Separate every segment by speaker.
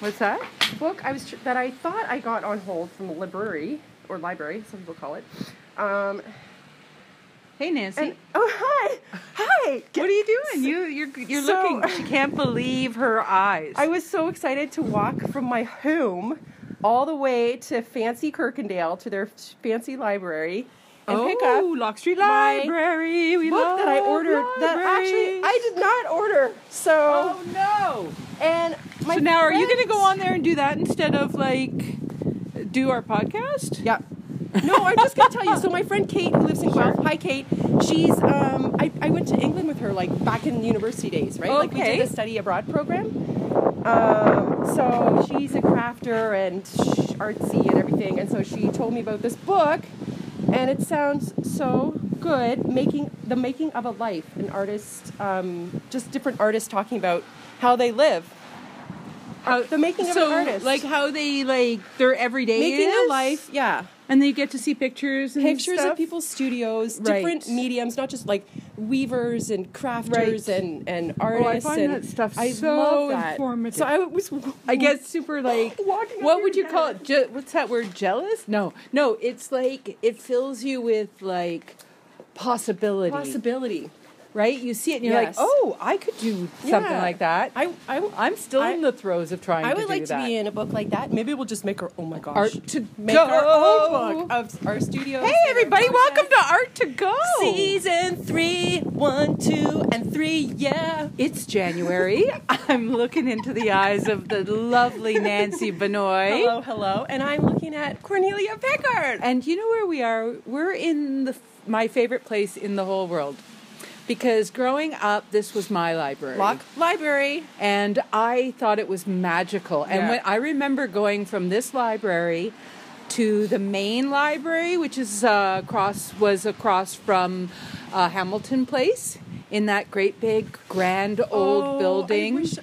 Speaker 1: What's that? Book I was tr- that I thought I got on hold from the library or library, some people call it. Um,
Speaker 2: Hey Nancy,
Speaker 1: and oh hi, hi.
Speaker 2: what are you doing? You you're you're
Speaker 1: so-
Speaker 2: looking. She can't believe her eyes.
Speaker 1: I was so excited to walk from my home all the way to fancy Kirkendale to their f- fancy library and
Speaker 2: oh,
Speaker 1: pick up
Speaker 2: Lock Street
Speaker 1: my
Speaker 2: Library. We
Speaker 1: book
Speaker 2: love
Speaker 1: that I ordered that actually I
Speaker 2: libraries.
Speaker 1: did not order. So
Speaker 2: Oh no!
Speaker 1: and my
Speaker 2: so now, are you going to
Speaker 1: friends-
Speaker 2: go on there and do that instead of like do our podcast?
Speaker 1: Yeah. No, I'm just gonna tell you. So my friend Kate, who lives in Guelph, hi Kate. She's um, I, I went to England with her like back in university days, right? Like we
Speaker 2: Okay.
Speaker 1: did the study abroad program. Um, so she's a crafter and sh- artsy and everything, and so she told me about this book, and it sounds so good. Making the making of a life, an artist, um, just different artists talking about how they live.
Speaker 2: How-
Speaker 1: the making of
Speaker 2: so,
Speaker 1: an artist.
Speaker 2: like how they like their everyday
Speaker 1: making a
Speaker 2: is?
Speaker 1: life, yeah.
Speaker 2: and they get to see pictures and
Speaker 1: pictures
Speaker 2: stuff?
Speaker 1: of people's studios,
Speaker 2: Right.
Speaker 1: different mediums, not just like weavers and crafters
Speaker 2: Right. Oh,
Speaker 1: and and
Speaker 2: I
Speaker 1: artists.
Speaker 2: find
Speaker 1: and
Speaker 2: that stuff
Speaker 1: I
Speaker 2: so
Speaker 1: love that.
Speaker 2: informative.
Speaker 1: So I was,
Speaker 2: I get super like.
Speaker 1: Walking up
Speaker 2: what would
Speaker 1: your
Speaker 2: you call it? Je- what's that word? Jealous? No, no. It's like it fills you with like possibility,
Speaker 1: possibility.
Speaker 2: right? You see it and you're
Speaker 1: Yes.
Speaker 2: like, oh, I could do something
Speaker 1: Yeah.
Speaker 2: like that.
Speaker 1: I I w-
Speaker 2: I'm still
Speaker 1: I-
Speaker 2: in the throes of trying.
Speaker 1: I
Speaker 2: to
Speaker 1: would
Speaker 2: do
Speaker 1: like to
Speaker 2: that.
Speaker 1: be in a book like that. Maybe we'll just make our oh my gosh,
Speaker 2: Art to
Speaker 1: make
Speaker 2: go.
Speaker 1: our own book of our studios. and
Speaker 2: Hey,
Speaker 1: our
Speaker 2: everybody! Welcome
Speaker 1: projects.
Speaker 2: to Art to Go.
Speaker 1: season three, one, two, and three. Yeah.
Speaker 2: It's January. I'm looking into the eyes of the lovely Nancy Benoy.
Speaker 1: Hello, hello, and I'm looking at Cornelia Pickard.
Speaker 2: And you know where we are? We're in the my favorite place in the whole world. Because growing up, this was my library.
Speaker 1: Lock Library.
Speaker 2: And I thought it was magical. And
Speaker 1: Yeah.
Speaker 2: when I remember going from this library to the main library, which is uh, across was across from uh, Hamilton Place in that great big grand old
Speaker 1: Oh, I
Speaker 2: building.
Speaker 1: wish-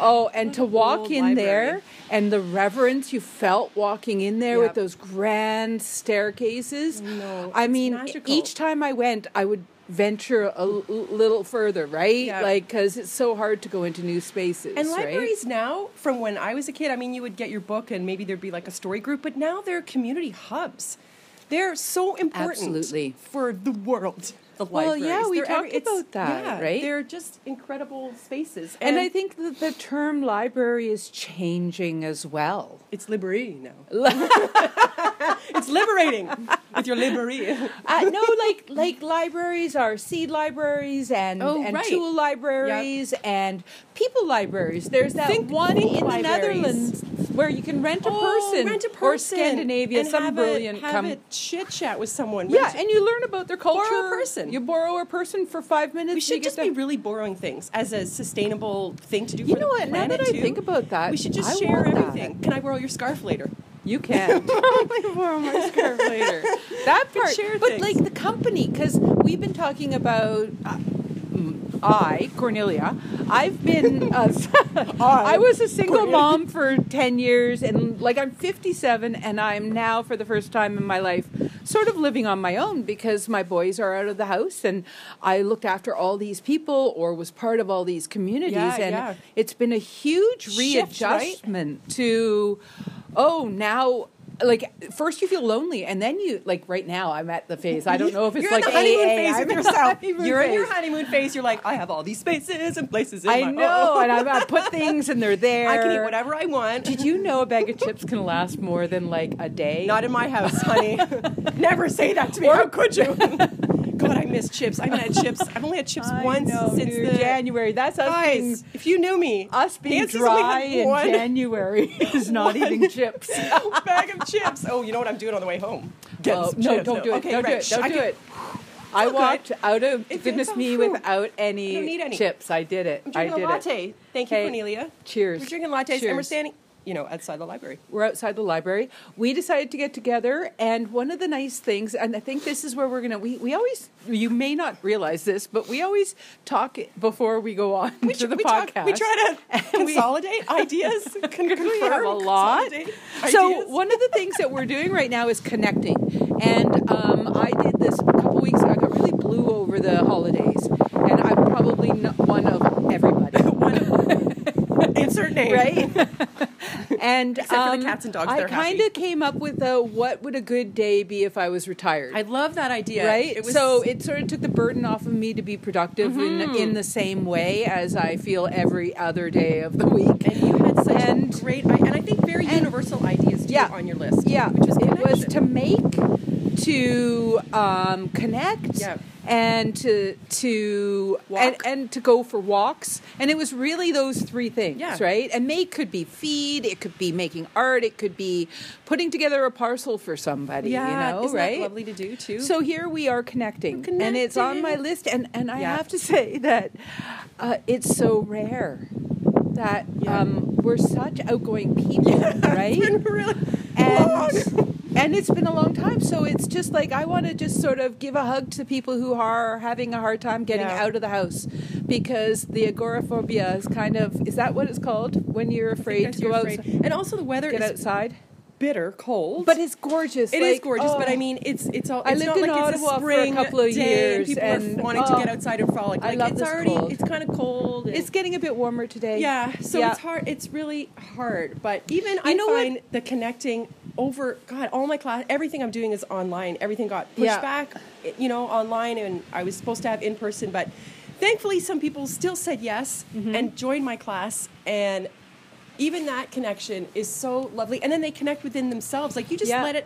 Speaker 2: oh, and to walk
Speaker 1: old
Speaker 2: in there
Speaker 1: library.
Speaker 2: and the reverence you felt walking in there with
Speaker 1: Yep.
Speaker 2: those grand staircases.
Speaker 1: No,
Speaker 2: I
Speaker 1: it's
Speaker 2: mean,
Speaker 1: magical.
Speaker 2: each time I went, I would venture a l- little further, right?
Speaker 1: Yeah.
Speaker 2: Like because it's so hard to go into new spaces.
Speaker 1: And
Speaker 2: right?
Speaker 1: libraries now, from when I was a kid, I mean, you would get your book and maybe there'd be like a story group, but now they're community hubs. They're so important
Speaker 2: Absolutely.
Speaker 1: for the world. The
Speaker 2: Well,
Speaker 1: libraries.
Speaker 2: yeah, we
Speaker 1: They're
Speaker 2: talked
Speaker 1: it's-
Speaker 2: about that,
Speaker 1: yeah,
Speaker 2: right?
Speaker 1: They're just incredible spaces,
Speaker 2: And, I think that the term library is changing as well.
Speaker 1: it's library now. it's liberating with your library.
Speaker 2: Uh, no, like like libraries are seed libraries and,
Speaker 1: Oh,
Speaker 2: and
Speaker 1: right.
Speaker 2: tool libraries and people libraries. There's that
Speaker 1: Think-
Speaker 2: one
Speaker 1: think
Speaker 2: in the
Speaker 1: libraries.
Speaker 2: Netherlands where you can rent a
Speaker 1: Oh,
Speaker 2: person,
Speaker 1: rent a
Speaker 2: or
Speaker 1: person
Speaker 2: Scandinavia,
Speaker 1: and
Speaker 2: some
Speaker 1: have
Speaker 2: brilliant
Speaker 1: a, have
Speaker 2: come.
Speaker 1: a chit chat with someone.
Speaker 2: yeah,
Speaker 1: Rent a-
Speaker 2: and you learn about their culture.
Speaker 1: person.
Speaker 2: You borrow a person for five minutes.
Speaker 1: we
Speaker 2: and you
Speaker 1: should
Speaker 2: get
Speaker 1: just
Speaker 2: to-
Speaker 1: be really borrowing things as a sustainable thing to do.
Speaker 2: You
Speaker 1: for
Speaker 2: know
Speaker 1: the
Speaker 2: what? Now
Speaker 1: planet,
Speaker 2: that I
Speaker 1: too.
Speaker 2: think about that,
Speaker 1: we should just
Speaker 2: I
Speaker 1: share
Speaker 2: want that.
Speaker 1: everything. Can I borrow your scarf later?
Speaker 2: You can probably borrow my scarf later. That part,
Speaker 1: share
Speaker 2: but
Speaker 1: things.
Speaker 2: like the company, because we've been talking about. Uh, mm, I Cornelia, I've been. Uh, I, was a single
Speaker 1: Cornelia.
Speaker 2: mom for ten years, and like I'm 57, and I'm now for the first time in my life, sort of living on my own because my boys are out of the house, and I looked after all these people or was part of all these communities,
Speaker 1: Yeah,
Speaker 2: and
Speaker 1: yeah.
Speaker 2: it's been a huge
Speaker 1: Shift, right?
Speaker 2: readjustment to oh now like first you feel lonely and then you like right now i'm at the phase i don't know if it's
Speaker 1: you're
Speaker 2: like
Speaker 1: in the honeymoon
Speaker 2: AA,
Speaker 1: phase
Speaker 2: I'm
Speaker 1: with
Speaker 2: in the
Speaker 1: yourself.
Speaker 2: honeymoon
Speaker 1: You're in your
Speaker 2: phase.
Speaker 1: honeymoon phase. You're like, I have all these spaces and places in
Speaker 2: i
Speaker 1: my
Speaker 2: know
Speaker 1: oh,
Speaker 2: and I'm, i put things and they're there
Speaker 1: I can eat whatever I want.
Speaker 2: did you know a bag of chips can last more than like a day
Speaker 1: Not in my house, honey. Never say that to me. How could you? God, I miss chips. I haven't had chips. I've only had chips
Speaker 2: I
Speaker 1: once
Speaker 2: know,
Speaker 1: since
Speaker 2: dude,
Speaker 1: the
Speaker 2: january that's us being,
Speaker 1: Guys, if you knew me,
Speaker 2: us being
Speaker 1: Nancy's only
Speaker 2: dry
Speaker 1: had
Speaker 2: in
Speaker 1: one
Speaker 2: january is not
Speaker 1: One.
Speaker 2: eating chips
Speaker 1: bag of chips. Oh, you know what I'm doing on the way home? Get
Speaker 2: Oh,
Speaker 1: some
Speaker 2: no,
Speaker 1: chips.
Speaker 2: don't do it.
Speaker 1: Okay,
Speaker 2: don't
Speaker 1: right.
Speaker 2: do it. Don't
Speaker 1: I
Speaker 2: do
Speaker 1: can-
Speaker 2: it. I
Speaker 1: good.
Speaker 2: walked out of
Speaker 1: It feels
Speaker 2: goodness
Speaker 1: so
Speaker 2: me
Speaker 1: true.
Speaker 2: without any,
Speaker 1: I don't need any.
Speaker 2: chips. I did it.
Speaker 1: I'm
Speaker 2: I
Speaker 1: drinking
Speaker 2: did
Speaker 1: a latte.
Speaker 2: it.
Speaker 1: Thank you,
Speaker 2: Hey,
Speaker 1: Cornelia.
Speaker 2: cheers.
Speaker 1: We're drinking lattes and we're
Speaker 2: Cheers.
Speaker 1: standing, you know, outside the library.
Speaker 2: We're outside the library. We decided to get together, and one of the nice things, and I think this is where we're gonna. We, we always, you may not realize this, but we always talk before we go on to the
Speaker 1: we
Speaker 2: podcast.
Speaker 1: talk- we try to consolidate ideas. Con- confirm,
Speaker 2: we have a lot.
Speaker 1: consolidate
Speaker 2: So
Speaker 1: ideas.
Speaker 2: one of the things that we're doing right now is connecting, and um, I did this a couple weeks. ago. I got really blue over the holidays, and I'm probably not one of everybody,
Speaker 1: One- insert name.
Speaker 2: right? And
Speaker 1: Except for the
Speaker 2: um,
Speaker 1: cats and dogs,
Speaker 2: I
Speaker 1: they're happy.
Speaker 2: kind of came up with a what would a good day be if I was retired.
Speaker 1: I love that idea.
Speaker 2: Right,
Speaker 1: It was Mm-hmm.
Speaker 2: so it sort of took the burden off of me to be productive in in the same way as I feel every other day of the week.
Speaker 1: and you had such
Speaker 2: And-
Speaker 1: great i- and I think very
Speaker 2: and-
Speaker 1: universal ideas too
Speaker 2: Yeah.
Speaker 1: on your list.
Speaker 2: Yeah,
Speaker 1: which was
Speaker 2: it was
Speaker 1: connection.
Speaker 2: to make, to um, connect,
Speaker 1: Yeah.
Speaker 2: and to to and,
Speaker 1: Walk.
Speaker 2: and to go for walks. And it was really those three things,
Speaker 1: Yeah.
Speaker 2: right? And make could be feed, it could be making art, it could be putting together a parcel for somebody.
Speaker 1: yeah,
Speaker 2: you know,
Speaker 1: isn't that
Speaker 2: right?
Speaker 1: lovely to do too.
Speaker 2: So here we are connecting,
Speaker 1: We're
Speaker 2: and it's on my
Speaker 1: connecting.
Speaker 2: list. And and I
Speaker 1: Yeah.
Speaker 2: have to say that uh, it's so rare that
Speaker 1: Yeah.
Speaker 2: um, we're such outgoing people, right?
Speaker 1: It's been really long.
Speaker 2: and and it's been a long time so it's just like i want to just sort of give a hug to people who are having a hard time getting
Speaker 1: Yeah.
Speaker 2: out of the house because the agoraphobia is kind of is that what it's called when you're afraid
Speaker 1: Because
Speaker 2: to go
Speaker 1: you're
Speaker 2: outside
Speaker 1: afraid. and also the weather
Speaker 2: get
Speaker 1: is
Speaker 2: outside
Speaker 1: bitter cold.
Speaker 2: but it's gorgeous
Speaker 1: It is
Speaker 2: like,
Speaker 1: gorgeous, but
Speaker 2: oh.
Speaker 1: I mean, it's it's all. It's
Speaker 2: I lived
Speaker 1: not like
Speaker 2: in Ottawa for a
Speaker 1: it's a spring
Speaker 2: couple of
Speaker 1: day
Speaker 2: years,
Speaker 1: and people
Speaker 2: and,
Speaker 1: are wanting
Speaker 2: oh,
Speaker 1: to get outside and frolic.
Speaker 2: I
Speaker 1: Like,
Speaker 2: love
Speaker 1: it's
Speaker 2: this
Speaker 1: already
Speaker 2: cold.
Speaker 1: it's kind of cold. and-
Speaker 2: it's getting a bit warmer today
Speaker 1: yeah, so it's hard. It's really hard, but even I
Speaker 2: know what?
Speaker 1: find the connecting over. God, all my class, everything I'm doing is online. Everything got pushed
Speaker 2: Yeah.
Speaker 1: back, you know, online, and I was supposed to have in person, but thankfully, some people still said yes and joined my class and. Even that connection is so lovely, and then they connect within themselves. Like you just
Speaker 2: Yeah.
Speaker 1: let it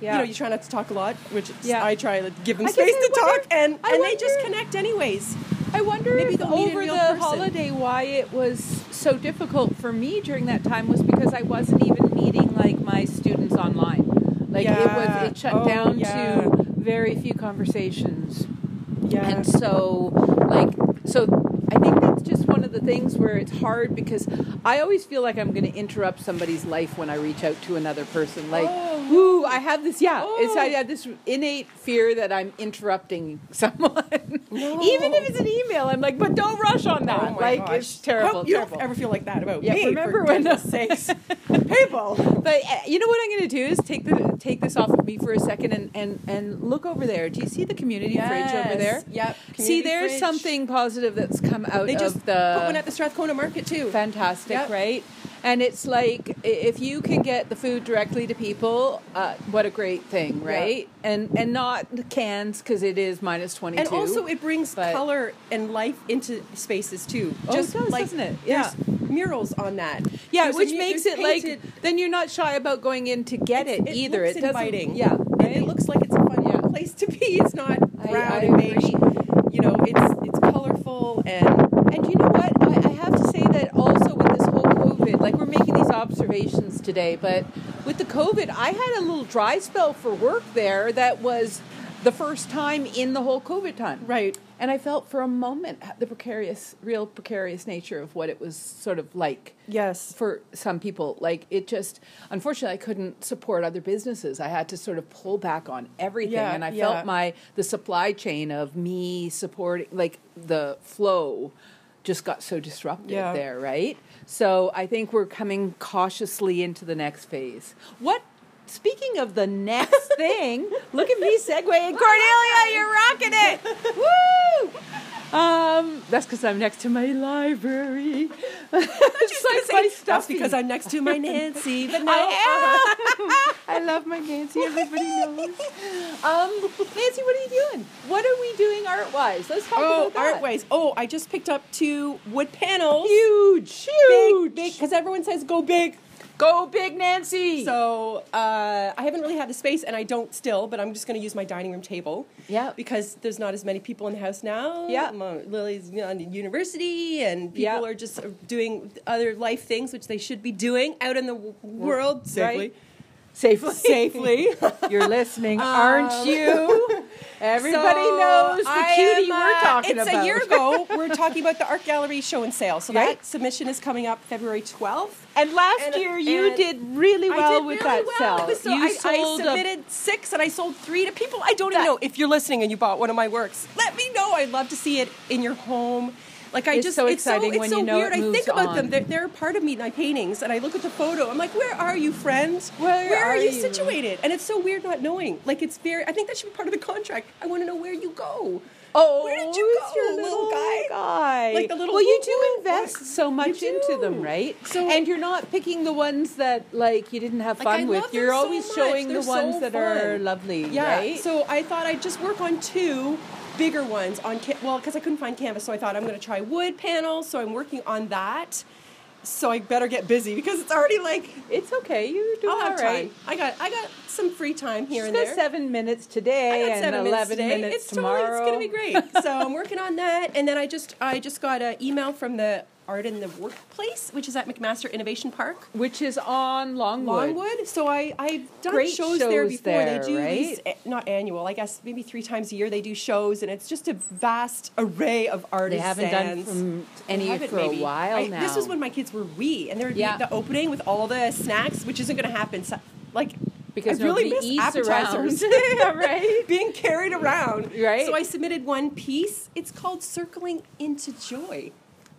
Speaker 2: Yeah.
Speaker 1: you know, you try not to talk a lot, which is-
Speaker 2: Yeah.
Speaker 1: I try to give them
Speaker 2: I guess
Speaker 1: space to
Speaker 2: I wonder-
Speaker 1: talk, and,
Speaker 2: I
Speaker 1: and they just
Speaker 2: wonder-
Speaker 1: connect anyways.
Speaker 2: I wonder
Speaker 1: Maybe
Speaker 2: if
Speaker 1: they'll need a
Speaker 2: over
Speaker 1: real
Speaker 2: the
Speaker 1: person.
Speaker 2: holiday why it was so difficult for me during that time was because I wasn't even meeting like my students online. Like it
Speaker 1: Yeah.
Speaker 2: was it shut
Speaker 1: Oh,
Speaker 2: down
Speaker 1: yeah.
Speaker 2: to very few conversations.
Speaker 1: Yeah.
Speaker 2: And so like so I think that's just one of the things where it's hard because I always feel like I'm going to interrupt somebody's life when I reach out to another person. Like,
Speaker 1: Oh, no.
Speaker 2: ooh, I have this, yeah. It's, I
Speaker 1: Oh.
Speaker 2: have this innate fear that I'm interrupting someone.
Speaker 1: No.
Speaker 2: Even if it's an email, I'm like, but don't rush on that.
Speaker 1: Oh my
Speaker 2: like,
Speaker 1: gosh.
Speaker 2: it's terrible.
Speaker 1: Hope you
Speaker 2: terrible.
Speaker 1: don't ever feel like that about
Speaker 2: Yeah,
Speaker 1: me.
Speaker 2: remember
Speaker 1: for
Speaker 2: when-
Speaker 1: goodness sakes, people.
Speaker 2: but uh, you know what I'm going to do is take the take this off of me for a second and and and look over there. Do you see the community fridge over there?
Speaker 1: Yes. Yep.
Speaker 2: see,
Speaker 1: Community
Speaker 2: there's
Speaker 1: fridge.
Speaker 2: something positive that's come out
Speaker 1: They just
Speaker 2: of the
Speaker 1: put one at the Strathcona Market too.
Speaker 2: fantastic,
Speaker 1: Yep.
Speaker 2: right? And it's like i- if you can get the food directly to people, uh, what a great thing,
Speaker 1: Yeah.
Speaker 2: right? And and not the cans because it is minus twenty two.
Speaker 1: and also, it brings
Speaker 2: but-
Speaker 1: color and life into spaces too.
Speaker 2: Oh, it
Speaker 1: Just
Speaker 2: does,
Speaker 1: like,
Speaker 2: doesn't it?
Speaker 1: there's
Speaker 2: Yeah.
Speaker 1: murals on that.
Speaker 2: Yeah,
Speaker 1: There's a
Speaker 2: which
Speaker 1: mu-
Speaker 2: makes
Speaker 1: there's
Speaker 2: it like
Speaker 1: painted-
Speaker 2: then you're not shy about going in to get it,
Speaker 1: It's-
Speaker 2: either.
Speaker 1: Looks
Speaker 2: it doesn't.
Speaker 1: inviting.
Speaker 2: Yeah,
Speaker 1: and it
Speaker 2: right?
Speaker 1: looks like it's a fun
Speaker 2: Yeah.
Speaker 1: place to be. It's not
Speaker 2: I-
Speaker 1: brown
Speaker 2: I
Speaker 1: and beige.
Speaker 2: agree.
Speaker 1: You know, it's it's colorful and
Speaker 2: And you know what? I, I have to say that also with this whole COVID, like we're making these observations today, but with the COVID, I had a little dry spell for work there that was the first time in the whole COVID time.
Speaker 1: Right.
Speaker 2: And I felt for a moment the precarious, real precarious nature of what it was sort of like
Speaker 1: yes,
Speaker 2: for some people like it just unfortunately i couldn't support other businesses i had to sort of pull back on everything
Speaker 1: Yeah,
Speaker 2: and i
Speaker 1: yeah.
Speaker 2: felt my the supply chain of me supporting like the flow just got so disrupted
Speaker 1: Yeah.
Speaker 2: there right so i think we're coming cautiously into the next phase what Speaking of the next thing, look at me segueing. Cornelia, you're rocking it! Woo! Um, that's because I'm next to my library. It's like my
Speaker 1: That's
Speaker 2: stuffy.
Speaker 1: because I'm next to my Nancy. But no, uh,
Speaker 2: I am. I love my Nancy. Everybody knows. Um, Nancy, what are you doing? What are we doing art wise? Let's talk
Speaker 1: Oh,
Speaker 2: about that.
Speaker 1: art ways. Oh, I just picked up two wood panels.
Speaker 2: Huge,
Speaker 1: Big,
Speaker 2: huge.
Speaker 1: big, because everyone says go big.
Speaker 2: Go big, Nancy.
Speaker 1: So uh, I haven't really had the space, and I don't still. But I'm just going to use my dining room table.
Speaker 2: Yeah.
Speaker 1: Because there's not as many people in the house now.
Speaker 2: Yeah.
Speaker 1: Mo- Lily's on university, and people
Speaker 2: Yeah.
Speaker 1: are just doing other life things, which they should be doing out in the w- world safely.
Speaker 2: Right. safely,
Speaker 1: Safely. Um,
Speaker 2: You're listening, aren't you? Everybody
Speaker 1: So
Speaker 2: knows the
Speaker 1: I am,
Speaker 2: cutie we're
Speaker 1: uh,
Speaker 2: talking
Speaker 1: it's
Speaker 2: about.
Speaker 1: a year ago. We're talking about the art gallery show and sale. So
Speaker 2: Right.
Speaker 1: that submission is coming up February 12th.
Speaker 2: And last
Speaker 1: And-
Speaker 2: year you
Speaker 1: and
Speaker 2: did really well
Speaker 1: I did
Speaker 2: with
Speaker 1: really
Speaker 2: that
Speaker 1: well.
Speaker 2: cell.
Speaker 1: So
Speaker 2: you
Speaker 1: I, I
Speaker 2: sold a
Speaker 1: submitted six and I sold three to people. I don't
Speaker 2: That-
Speaker 1: even know if you're listening and you bought one of my works. Let me know. I'd love to see it in your home. Like I
Speaker 2: It's
Speaker 1: just
Speaker 2: so
Speaker 1: it's
Speaker 2: exciting
Speaker 1: so,
Speaker 2: when
Speaker 1: it's so
Speaker 2: you know it
Speaker 1: weird. I
Speaker 2: moves
Speaker 1: think about
Speaker 2: on.
Speaker 1: them. They're, they're a part of me in my paintings, and I look at the photo. I'm like, where are you, friend?
Speaker 2: Where
Speaker 1: are,
Speaker 2: are
Speaker 1: you,
Speaker 2: you?
Speaker 1: situated? And it's so weird not knowing. Like it's very. I think that should be part of the contract. I want to know where you go.
Speaker 2: Oh,
Speaker 3: Where did you
Speaker 2: it's
Speaker 3: go,
Speaker 2: your
Speaker 3: little guy?
Speaker 2: guy.
Speaker 3: Like the little
Speaker 2: Well, you
Speaker 3: woo,
Speaker 2: do
Speaker 3: woo,
Speaker 2: invest
Speaker 3: like-
Speaker 2: so much
Speaker 1: You
Speaker 2: into them,
Speaker 1: do.
Speaker 2: right?
Speaker 1: So-
Speaker 2: and you're not picking the ones that like you didn't have
Speaker 3: Like,
Speaker 2: fun
Speaker 3: I
Speaker 2: with.
Speaker 3: love them
Speaker 2: You're
Speaker 3: so
Speaker 2: always
Speaker 3: much.
Speaker 2: showing
Speaker 3: They're
Speaker 2: the ones
Speaker 3: so
Speaker 2: that are
Speaker 3: fun.
Speaker 2: lovely,
Speaker 1: Yeah.
Speaker 2: right?
Speaker 1: So I thought I'd just work on two bigger ones on ca- well because I couldn't find canvas, so I thought I'm going to try wood panels. So I'm working on that. So I better get busy because it's already like
Speaker 2: it's okay. You're doing
Speaker 1: I'll
Speaker 2: all
Speaker 1: have
Speaker 2: right.
Speaker 1: time. I got I got some free time here
Speaker 2: She's
Speaker 1: and
Speaker 2: got
Speaker 1: there.
Speaker 2: seven minutes today
Speaker 1: I got
Speaker 2: and
Speaker 1: seven minutes
Speaker 2: eleven
Speaker 1: today.
Speaker 2: minutes
Speaker 1: it's
Speaker 2: tomorrow.
Speaker 1: Totally, it's gonna be great. so I'm working on that, and then I just I just got an email from the Art in the Workplace, which is at McMaster Innovation Park.
Speaker 2: Which is on Longwood.
Speaker 1: Longwood. So I I've done
Speaker 2: Great
Speaker 1: shows, there
Speaker 2: shows
Speaker 1: before.
Speaker 2: there,
Speaker 1: they do these, eh,
Speaker 2: right?
Speaker 1: not annual, I guess maybe three times a year they do shows, and it's just a vast array of
Speaker 2: They
Speaker 1: artists.
Speaker 2: haven't done from any for a while now.
Speaker 1: This was when my kids were wee, and there would
Speaker 2: Yeah.
Speaker 1: be the opening with all the snacks, which isn't going to happen. So, like.
Speaker 2: Because
Speaker 1: I really
Speaker 2: nobody
Speaker 1: miss
Speaker 2: eats
Speaker 1: appetizers.
Speaker 2: around. Yeah, right?
Speaker 1: Being carried around.
Speaker 2: Right.
Speaker 1: So I submitted one piece. It's called Circling into Joy.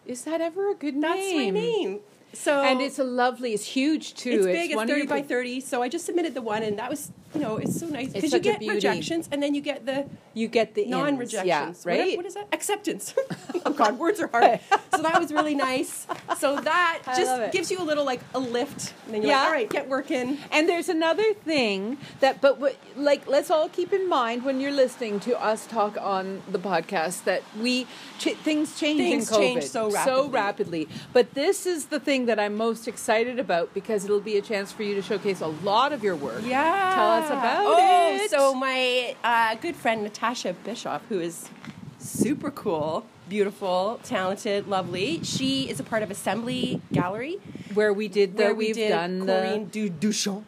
Speaker 2: is that ever a good name?
Speaker 1: That's my name. So
Speaker 2: And it's a lovely. It's huge too.
Speaker 1: it's big. It's
Speaker 2: one
Speaker 1: thirty
Speaker 2: you
Speaker 1: by
Speaker 2: could-
Speaker 1: thirty. So I just submitted the one, and that was you know it's so nice because you
Speaker 2: such a
Speaker 1: get
Speaker 2: beauty.
Speaker 1: rejections and then you get the
Speaker 2: You get the ins, yeah,
Speaker 1: non-rejections. What-
Speaker 2: right?
Speaker 1: what is that? Acceptance. oh God, words are hard. so that was really nice. So that
Speaker 2: I love it.
Speaker 1: just gives you a little like a lift, and then you're
Speaker 2: Yeah.
Speaker 1: like, all right, get working.
Speaker 2: And there's another thing that, but what, like, let's all keep in mind when you're listening to us talk on the podcast that we ch- things change
Speaker 1: Things
Speaker 2: in COVID
Speaker 1: change so
Speaker 2: so
Speaker 1: rapidly.
Speaker 2: rapidly. But this is the thing that I'm most excited about because it'll be a chance for you to showcase a lot of your work.
Speaker 1: Yeah.
Speaker 2: tell us about
Speaker 1: oh,
Speaker 2: it.
Speaker 1: so my uh, good friend Natasha Bischoff, who is super cool, beautiful, talented, lovely. She is a part of Assembly Gallery.
Speaker 2: where we did the
Speaker 1: where we
Speaker 2: we've
Speaker 1: did
Speaker 2: done
Speaker 1: Corinne
Speaker 2: the
Speaker 1: Du- Duchamp.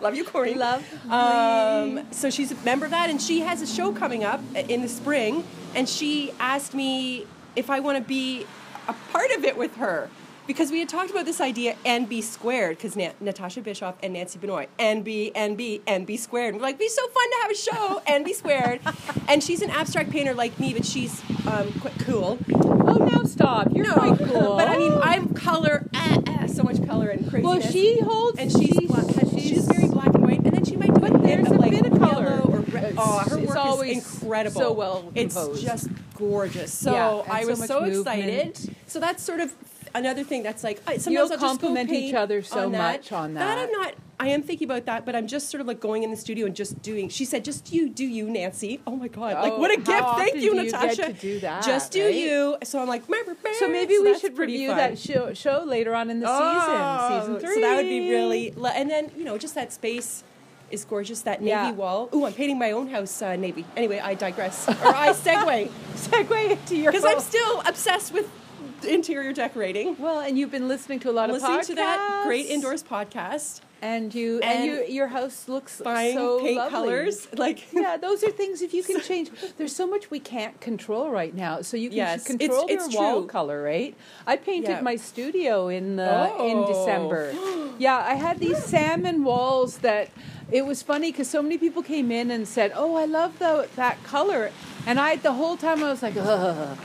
Speaker 1: Love you, Corinne.
Speaker 2: Love.
Speaker 1: Um, so she's a member of that, and she has a show coming up uh, in the spring. And she asked me if I want to be a part of it with her because we had talked about this idea NB squared because Na- Natasha Bischoff and Nancy Benoit NB NB NB squared. And we're like, it'd be so fun to have a show NB squared. and she's an abstract painter like me, but she's um, quite cool.
Speaker 2: oh now stop you're quite cool
Speaker 1: But I mean, I'm color, ah, ah, so much color and craziness.
Speaker 2: well she holds
Speaker 1: and she's
Speaker 2: she's,
Speaker 1: black, she's, very black and white, and then she might do a bit
Speaker 2: there's
Speaker 1: of
Speaker 2: a
Speaker 1: like
Speaker 2: bit of color.
Speaker 1: yellow or red.
Speaker 2: It's-
Speaker 1: Oh, her
Speaker 2: it's
Speaker 1: work
Speaker 2: always
Speaker 1: is incredible.
Speaker 2: so well composed.
Speaker 1: It's just gorgeous. So
Speaker 2: Yeah, and
Speaker 1: I
Speaker 2: so
Speaker 1: was
Speaker 2: much
Speaker 1: so, excited.
Speaker 2: movement.
Speaker 1: So that's sort of another thing that's like I, sometimes
Speaker 2: You'll
Speaker 1: I'll just go
Speaker 2: complement
Speaker 1: paint
Speaker 2: each other so
Speaker 1: on that.
Speaker 2: much on
Speaker 1: That
Speaker 2: that.
Speaker 1: I'm not. I am thinking about that, but I'm just sort of like going in the studio and just doing. She said, "Just you, do you, Nancy." Oh my god! like
Speaker 2: Oh,
Speaker 1: what a gift!
Speaker 2: how
Speaker 1: Thank
Speaker 2: often
Speaker 1: you,
Speaker 2: do you get
Speaker 1: Natasha.
Speaker 2: to do that,
Speaker 1: Just do
Speaker 2: right?
Speaker 1: you. So I'm like, "Mer- mer- mer."
Speaker 2: so maybe we
Speaker 1: that's
Speaker 2: should
Speaker 1: pretty
Speaker 2: review
Speaker 1: fun.
Speaker 2: that show, show later on in the
Speaker 1: Oh,
Speaker 2: season, season three.
Speaker 1: So that would be really, le- and then you know, just that space is gorgeous. That navy
Speaker 2: Yeah.
Speaker 1: wall. Ooh, I'm painting my own house uh, navy. Anyway, I digress, or I segue
Speaker 2: segue into your
Speaker 1: because I'm still obsessed with interior decorating.
Speaker 2: well, and you've been listening to a lot
Speaker 1: Listening
Speaker 2: of podcasts.
Speaker 1: to that great indoors podcast,
Speaker 2: and you and,
Speaker 1: and
Speaker 2: you, your house looks
Speaker 1: buying
Speaker 2: so
Speaker 1: paint
Speaker 2: lovely.
Speaker 1: colors, like.
Speaker 2: Yeah, those are things if you can change. There's so much we can't control right now. So you can
Speaker 1: Yes, it's-
Speaker 2: control your
Speaker 1: it's
Speaker 2: wall
Speaker 1: true.
Speaker 2: color, right? I painted
Speaker 1: Yeah.
Speaker 2: my studio in the in
Speaker 1: Oh.
Speaker 2: December. yeah, I had these salmon walls that it was funny because so many people came in and said, "Oh, I love the, that color," and I the whole time I was like, "Ugh."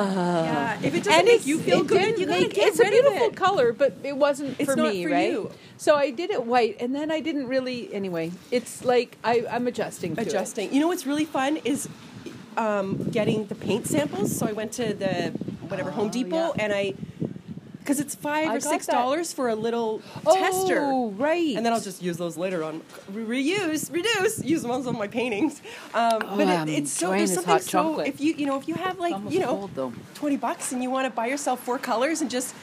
Speaker 1: Yeah, if it doesn't
Speaker 2: and
Speaker 1: make
Speaker 2: it's-
Speaker 1: you feel
Speaker 2: it
Speaker 1: good,
Speaker 2: did
Speaker 1: you gotta
Speaker 2: make-
Speaker 1: get
Speaker 2: it's
Speaker 1: rid
Speaker 2: a beautiful
Speaker 1: of it.
Speaker 2: color, but it wasn't
Speaker 1: It's
Speaker 2: for
Speaker 1: not
Speaker 2: me,
Speaker 1: for
Speaker 2: right?
Speaker 1: you.
Speaker 2: So I did it white, and then I didn't really. Anyway, it's like I, I'm adjusting. to it.
Speaker 1: adjusting. You know what's really fun is um, getting the paint samples. So I went to the whatever Home Depot
Speaker 2: Oh, yeah.
Speaker 1: and I because it's five
Speaker 2: I
Speaker 1: or
Speaker 2: got
Speaker 1: six
Speaker 2: that.
Speaker 1: dollars for a little
Speaker 2: Oh,
Speaker 1: tester.
Speaker 2: right.
Speaker 1: And then I'll just use those later on. Re- Reuse, reduce, use the ones on my paintings. Um,
Speaker 2: Oh,
Speaker 1: but
Speaker 2: I'm
Speaker 1: it, it's so
Speaker 2: enjoying
Speaker 1: there's
Speaker 2: this
Speaker 1: something
Speaker 2: hot
Speaker 1: so
Speaker 2: chocolate.
Speaker 1: if you you know if you have like
Speaker 2: almost
Speaker 1: you know
Speaker 2: cold, though.
Speaker 1: twenty bucks and you want to buy yourself four colors and just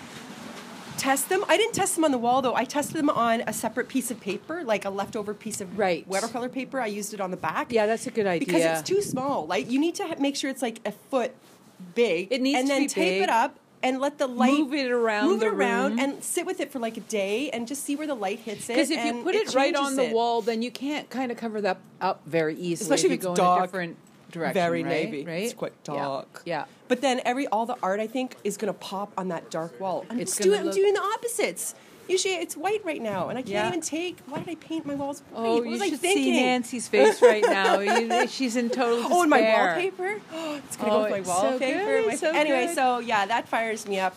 Speaker 1: test them. I didn't test them on the wall though. I tested them on a separate piece of paper, like a leftover piece of
Speaker 2: Right.
Speaker 1: watercolor paper. I used it on the back.
Speaker 2: Yeah, that's a good idea.
Speaker 1: Because it's too small. Like you need to ha- make sure it's like a foot big.
Speaker 2: It needs
Speaker 1: and
Speaker 2: to
Speaker 1: then
Speaker 2: be
Speaker 1: tape
Speaker 2: big.
Speaker 1: it up and let the light
Speaker 2: Move it around
Speaker 1: move
Speaker 2: the
Speaker 1: it around,
Speaker 2: room.
Speaker 1: and sit with it for like a day, and just see where the light hits it.
Speaker 2: Because if you
Speaker 1: and
Speaker 2: put it, right
Speaker 1: changes
Speaker 2: on the
Speaker 1: it.
Speaker 2: wall, then you can't kind of cover that up very easily.
Speaker 1: Especially
Speaker 2: if,
Speaker 1: if
Speaker 2: you
Speaker 1: it's
Speaker 2: go in a
Speaker 1: dark,
Speaker 2: different direction,
Speaker 1: very
Speaker 2: right?
Speaker 1: navy,
Speaker 2: right?
Speaker 1: it's quite
Speaker 2: Yeah.
Speaker 1: dark.
Speaker 2: Yeah.
Speaker 1: But then every all the art I think is going to pop on that dark wall. I'm
Speaker 2: It's
Speaker 1: just doing
Speaker 2: gonna
Speaker 1: I'm
Speaker 2: look-
Speaker 1: doing the opposites. Usually it's white right now, and I can't
Speaker 2: Yeah.
Speaker 1: even take. Why did I paint my walls white?
Speaker 2: Oh,
Speaker 1: what
Speaker 2: you
Speaker 1: was I
Speaker 2: should
Speaker 1: thinking?
Speaker 2: see Nancy's face right now. You- She's in total despair.
Speaker 1: Oh, and my wallpaper. Oh, it's gonna
Speaker 2: Oh,
Speaker 1: go with my
Speaker 2: it's so
Speaker 1: wallpaper.
Speaker 2: good,
Speaker 1: my-
Speaker 2: it's so
Speaker 1: anyway,
Speaker 2: good.
Speaker 1: so yeah, that fires me up.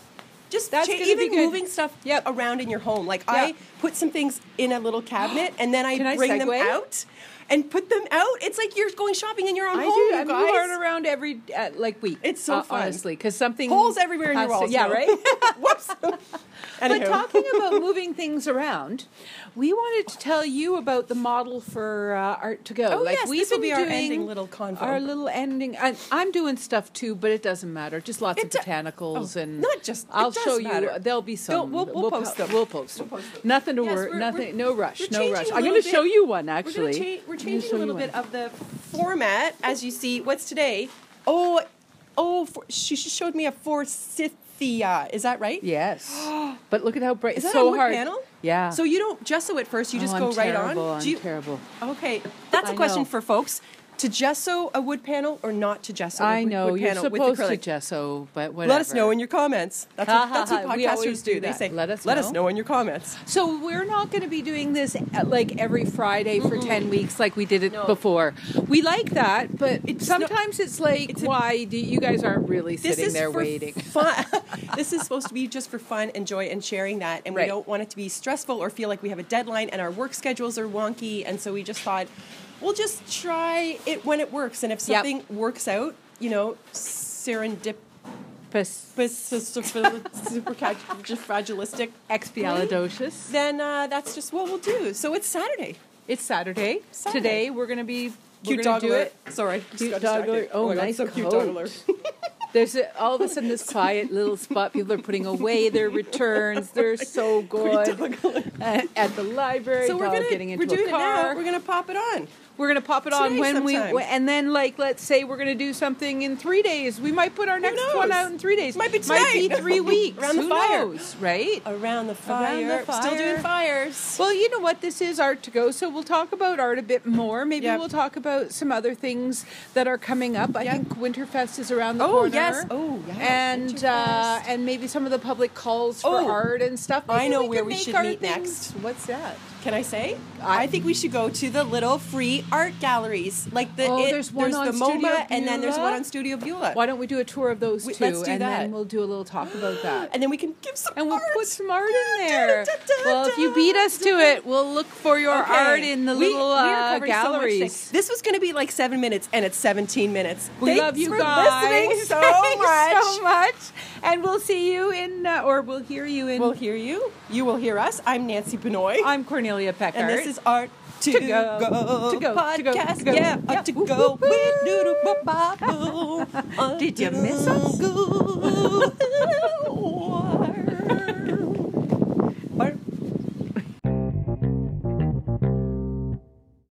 Speaker 1: Just
Speaker 2: That's
Speaker 1: cha-
Speaker 2: gonna be
Speaker 1: even
Speaker 2: good.
Speaker 1: moving stuff
Speaker 2: Yep.
Speaker 1: around in your home. Like
Speaker 2: Yeah.
Speaker 1: I put some things in a little cabinet, and then I
Speaker 2: Can I
Speaker 1: bring them
Speaker 2: segue?
Speaker 1: out. and put them out. It's like you're going shopping in your own
Speaker 2: I
Speaker 1: home,
Speaker 2: do.
Speaker 1: you
Speaker 2: I'm
Speaker 1: guys.
Speaker 2: hard around every uh, like week.
Speaker 1: It's so
Speaker 2: uh,
Speaker 1: fun.
Speaker 2: honestly because something
Speaker 1: Holes everywhere in your
Speaker 2: has to-
Speaker 1: walls.
Speaker 2: Yeah,
Speaker 1: you know?
Speaker 2: right.
Speaker 1: Whoops.
Speaker 2: But
Speaker 1: Anywho.
Speaker 2: talking about moving things around, we wanted to tell you about the model for uh, Art to Go.
Speaker 1: Oh, yes,
Speaker 2: we've
Speaker 1: this will
Speaker 2: been
Speaker 1: be our
Speaker 2: doing
Speaker 1: ending little convo.
Speaker 2: Our little ending. I, I'm doing stuff too, but it doesn't matter. Just lots
Speaker 1: It do-
Speaker 2: of botanicals
Speaker 1: Oh,
Speaker 2: and
Speaker 1: not just- it
Speaker 2: I'll
Speaker 1: does
Speaker 2: show
Speaker 1: matter.
Speaker 2: you. There'll be some.
Speaker 1: we'll- we'll
Speaker 2: po-
Speaker 1: post them.
Speaker 2: We'll post them.
Speaker 1: We'll post them.
Speaker 2: Nothing to
Speaker 1: Yes,
Speaker 2: worry.
Speaker 1: we're-
Speaker 2: Nothing.
Speaker 1: we're-
Speaker 2: No rush.
Speaker 1: we're
Speaker 2: No
Speaker 1: changing
Speaker 2: rush.
Speaker 1: a
Speaker 2: I'm going
Speaker 1: little
Speaker 2: to show
Speaker 1: bit.
Speaker 2: you one
Speaker 1: We're,
Speaker 2: actually.
Speaker 1: gonna cha- we're
Speaker 2: I'm gonna
Speaker 1: changing
Speaker 2: show
Speaker 1: a little
Speaker 2: you one.
Speaker 1: bit of the format, as you see. What's today? Oh, oh, for, she she showed me a forsythia. Is that right?
Speaker 2: Yes. But look at how bright.
Speaker 1: Is
Speaker 2: It's
Speaker 1: that a
Speaker 2: so
Speaker 1: wood
Speaker 2: hard.
Speaker 1: panel?
Speaker 2: Yeah.
Speaker 1: So you don't gesso it first. You just
Speaker 2: Oh,
Speaker 1: go
Speaker 2: I'm
Speaker 1: right
Speaker 2: terrible,
Speaker 1: on.
Speaker 2: I'm
Speaker 1: Do you-
Speaker 2: terrible.
Speaker 1: Okay, that's a
Speaker 2: I
Speaker 1: question
Speaker 2: know.
Speaker 1: for folks: to gesso a wood panel or not to gesso? a
Speaker 2: I
Speaker 1: wood-
Speaker 2: know
Speaker 1: wood
Speaker 2: you're
Speaker 1: panel with
Speaker 2: supposed to
Speaker 1: acrylic?
Speaker 2: gesso, but whatever.
Speaker 1: Let us know in your comments. That's
Speaker 2: Ha,
Speaker 1: what,
Speaker 2: ha,
Speaker 1: that's what
Speaker 2: ha, we always
Speaker 1: podcasters do.
Speaker 2: do
Speaker 1: They
Speaker 2: that.
Speaker 1: say,
Speaker 2: Let us
Speaker 1: let us
Speaker 2: know."
Speaker 1: know in your comments.
Speaker 2: So we're not going to be doing this uh, like every Friday for ten weeks, like we did it
Speaker 1: No.
Speaker 2: before. We like that, but sometimes it's like,
Speaker 1: it's a-
Speaker 2: why do you guys aren't really
Speaker 1: This
Speaker 2: sitting
Speaker 1: is
Speaker 2: there
Speaker 1: for
Speaker 2: waiting?
Speaker 1: Fun. this is supposed to be just for fun and joy and sharing that, and we
Speaker 2: Right.
Speaker 1: don't want it to be stressful or feel like we have a deadline and our work schedules are wonky. And so we just thought, we'll just try it when it works, and if
Speaker 2: Yep.
Speaker 1: something works out, you know, serendip.
Speaker 2: Pes-
Speaker 1: supercalifragilistic
Speaker 2: Expialidocious.
Speaker 1: then uh, that's just what we'll do. So it's Saturday.
Speaker 2: It's Saturday.
Speaker 1: Saturday.
Speaker 2: Today we're going to be
Speaker 1: Cute
Speaker 2: we're gonna
Speaker 1: dog
Speaker 2: do
Speaker 1: alert.
Speaker 2: it.
Speaker 1: Sorry, just
Speaker 2: Cute
Speaker 1: got
Speaker 2: dog
Speaker 1: distracted.
Speaker 2: alert. Oh,
Speaker 1: my God,
Speaker 2: nice
Speaker 1: so cute
Speaker 2: coat.
Speaker 1: dog alert.
Speaker 2: There's a, all of a sudden this quiet little spot. People are putting away their returns. They're so good
Speaker 1: dog alert.
Speaker 2: at, at the library.
Speaker 1: So we're
Speaker 2: dog
Speaker 1: gonna
Speaker 2: getting into
Speaker 1: we're doing
Speaker 2: a car.
Speaker 1: it now. We're gonna pop it on.
Speaker 2: We're gonna pop it
Speaker 1: Today
Speaker 2: on when
Speaker 1: sometime.
Speaker 2: we and then like let's say we're gonna do something in three days. We might put our next
Speaker 1: knows?
Speaker 2: one out in three days.
Speaker 1: Might be
Speaker 2: Might be
Speaker 1: tonight.
Speaker 2: three weeks.
Speaker 1: Around the
Speaker 2: Who
Speaker 1: fire.
Speaker 2: knows, right?
Speaker 1: Around the
Speaker 2: fire.
Speaker 1: Still doing
Speaker 2: fire.
Speaker 1: fires.
Speaker 2: Well, you know what? This is art to go, so we'll talk about art a bit more. Maybe
Speaker 1: Yep.
Speaker 2: we'll talk about some other things that are coming up. I
Speaker 1: Yep.
Speaker 2: think Winterfest is around the
Speaker 1: Oh,
Speaker 2: corner.
Speaker 1: yes. Oh, yeah,
Speaker 2: And uh,
Speaker 1: Winterfest.
Speaker 2: and maybe some of the public calls for
Speaker 1: Oh,
Speaker 2: art and stuff.
Speaker 1: I
Speaker 2: Maybe
Speaker 1: know
Speaker 2: we
Speaker 1: where
Speaker 2: can
Speaker 1: we
Speaker 2: make
Speaker 1: should
Speaker 2: our
Speaker 1: meet
Speaker 2: things- What's that?
Speaker 1: Can I say? I,
Speaker 2: I-
Speaker 1: think we should go to the little free art galleries, like the
Speaker 2: Oh,
Speaker 1: it,
Speaker 2: there's one on
Speaker 1: the MoMA,
Speaker 2: Studio
Speaker 1: and then there's
Speaker 2: Beulah?
Speaker 1: one on Studio Beulah,
Speaker 2: Why don't we do a tour of those
Speaker 1: We-
Speaker 2: two,
Speaker 1: let's do
Speaker 2: and
Speaker 1: that.
Speaker 2: then we'll do a little talk about that.
Speaker 1: and then we can give some
Speaker 2: And we'll
Speaker 1: art.
Speaker 2: put some art
Speaker 1: Yeah,
Speaker 2: in
Speaker 1: da,
Speaker 2: there.
Speaker 1: da, da,
Speaker 2: Well, if you
Speaker 1: da.
Speaker 2: beat us to it, we'll look for your
Speaker 1: Okay.
Speaker 2: art in the
Speaker 1: We-
Speaker 2: little
Speaker 1: we are covering so
Speaker 2: uh,
Speaker 1: much today.
Speaker 2: galleries.
Speaker 1: this was going to be like seven minutes, and it's 17 minutes.
Speaker 2: we
Speaker 1: Thanks
Speaker 2: love you
Speaker 1: for
Speaker 2: guys
Speaker 1: listening so
Speaker 2: Thanks
Speaker 1: much.
Speaker 2: so much, and we'll see you in, uh, or we'll hear you in.
Speaker 1: We'll hear you. You will hear us. I'm Nancy Benoy.
Speaker 2: I'm Cornelia Peckard.
Speaker 1: and this is Art to,
Speaker 2: To go.
Speaker 1: go.
Speaker 2: To go. To go.
Speaker 1: podcast.
Speaker 2: To go.
Speaker 1: Yeah,
Speaker 2: Yeah.
Speaker 1: Art to
Speaker 2: Woo,
Speaker 1: go.
Speaker 2: woo, woo.
Speaker 1: Wee, doo, doo, ba, ba, boo.
Speaker 2: Did you miss us?
Speaker 1: Go.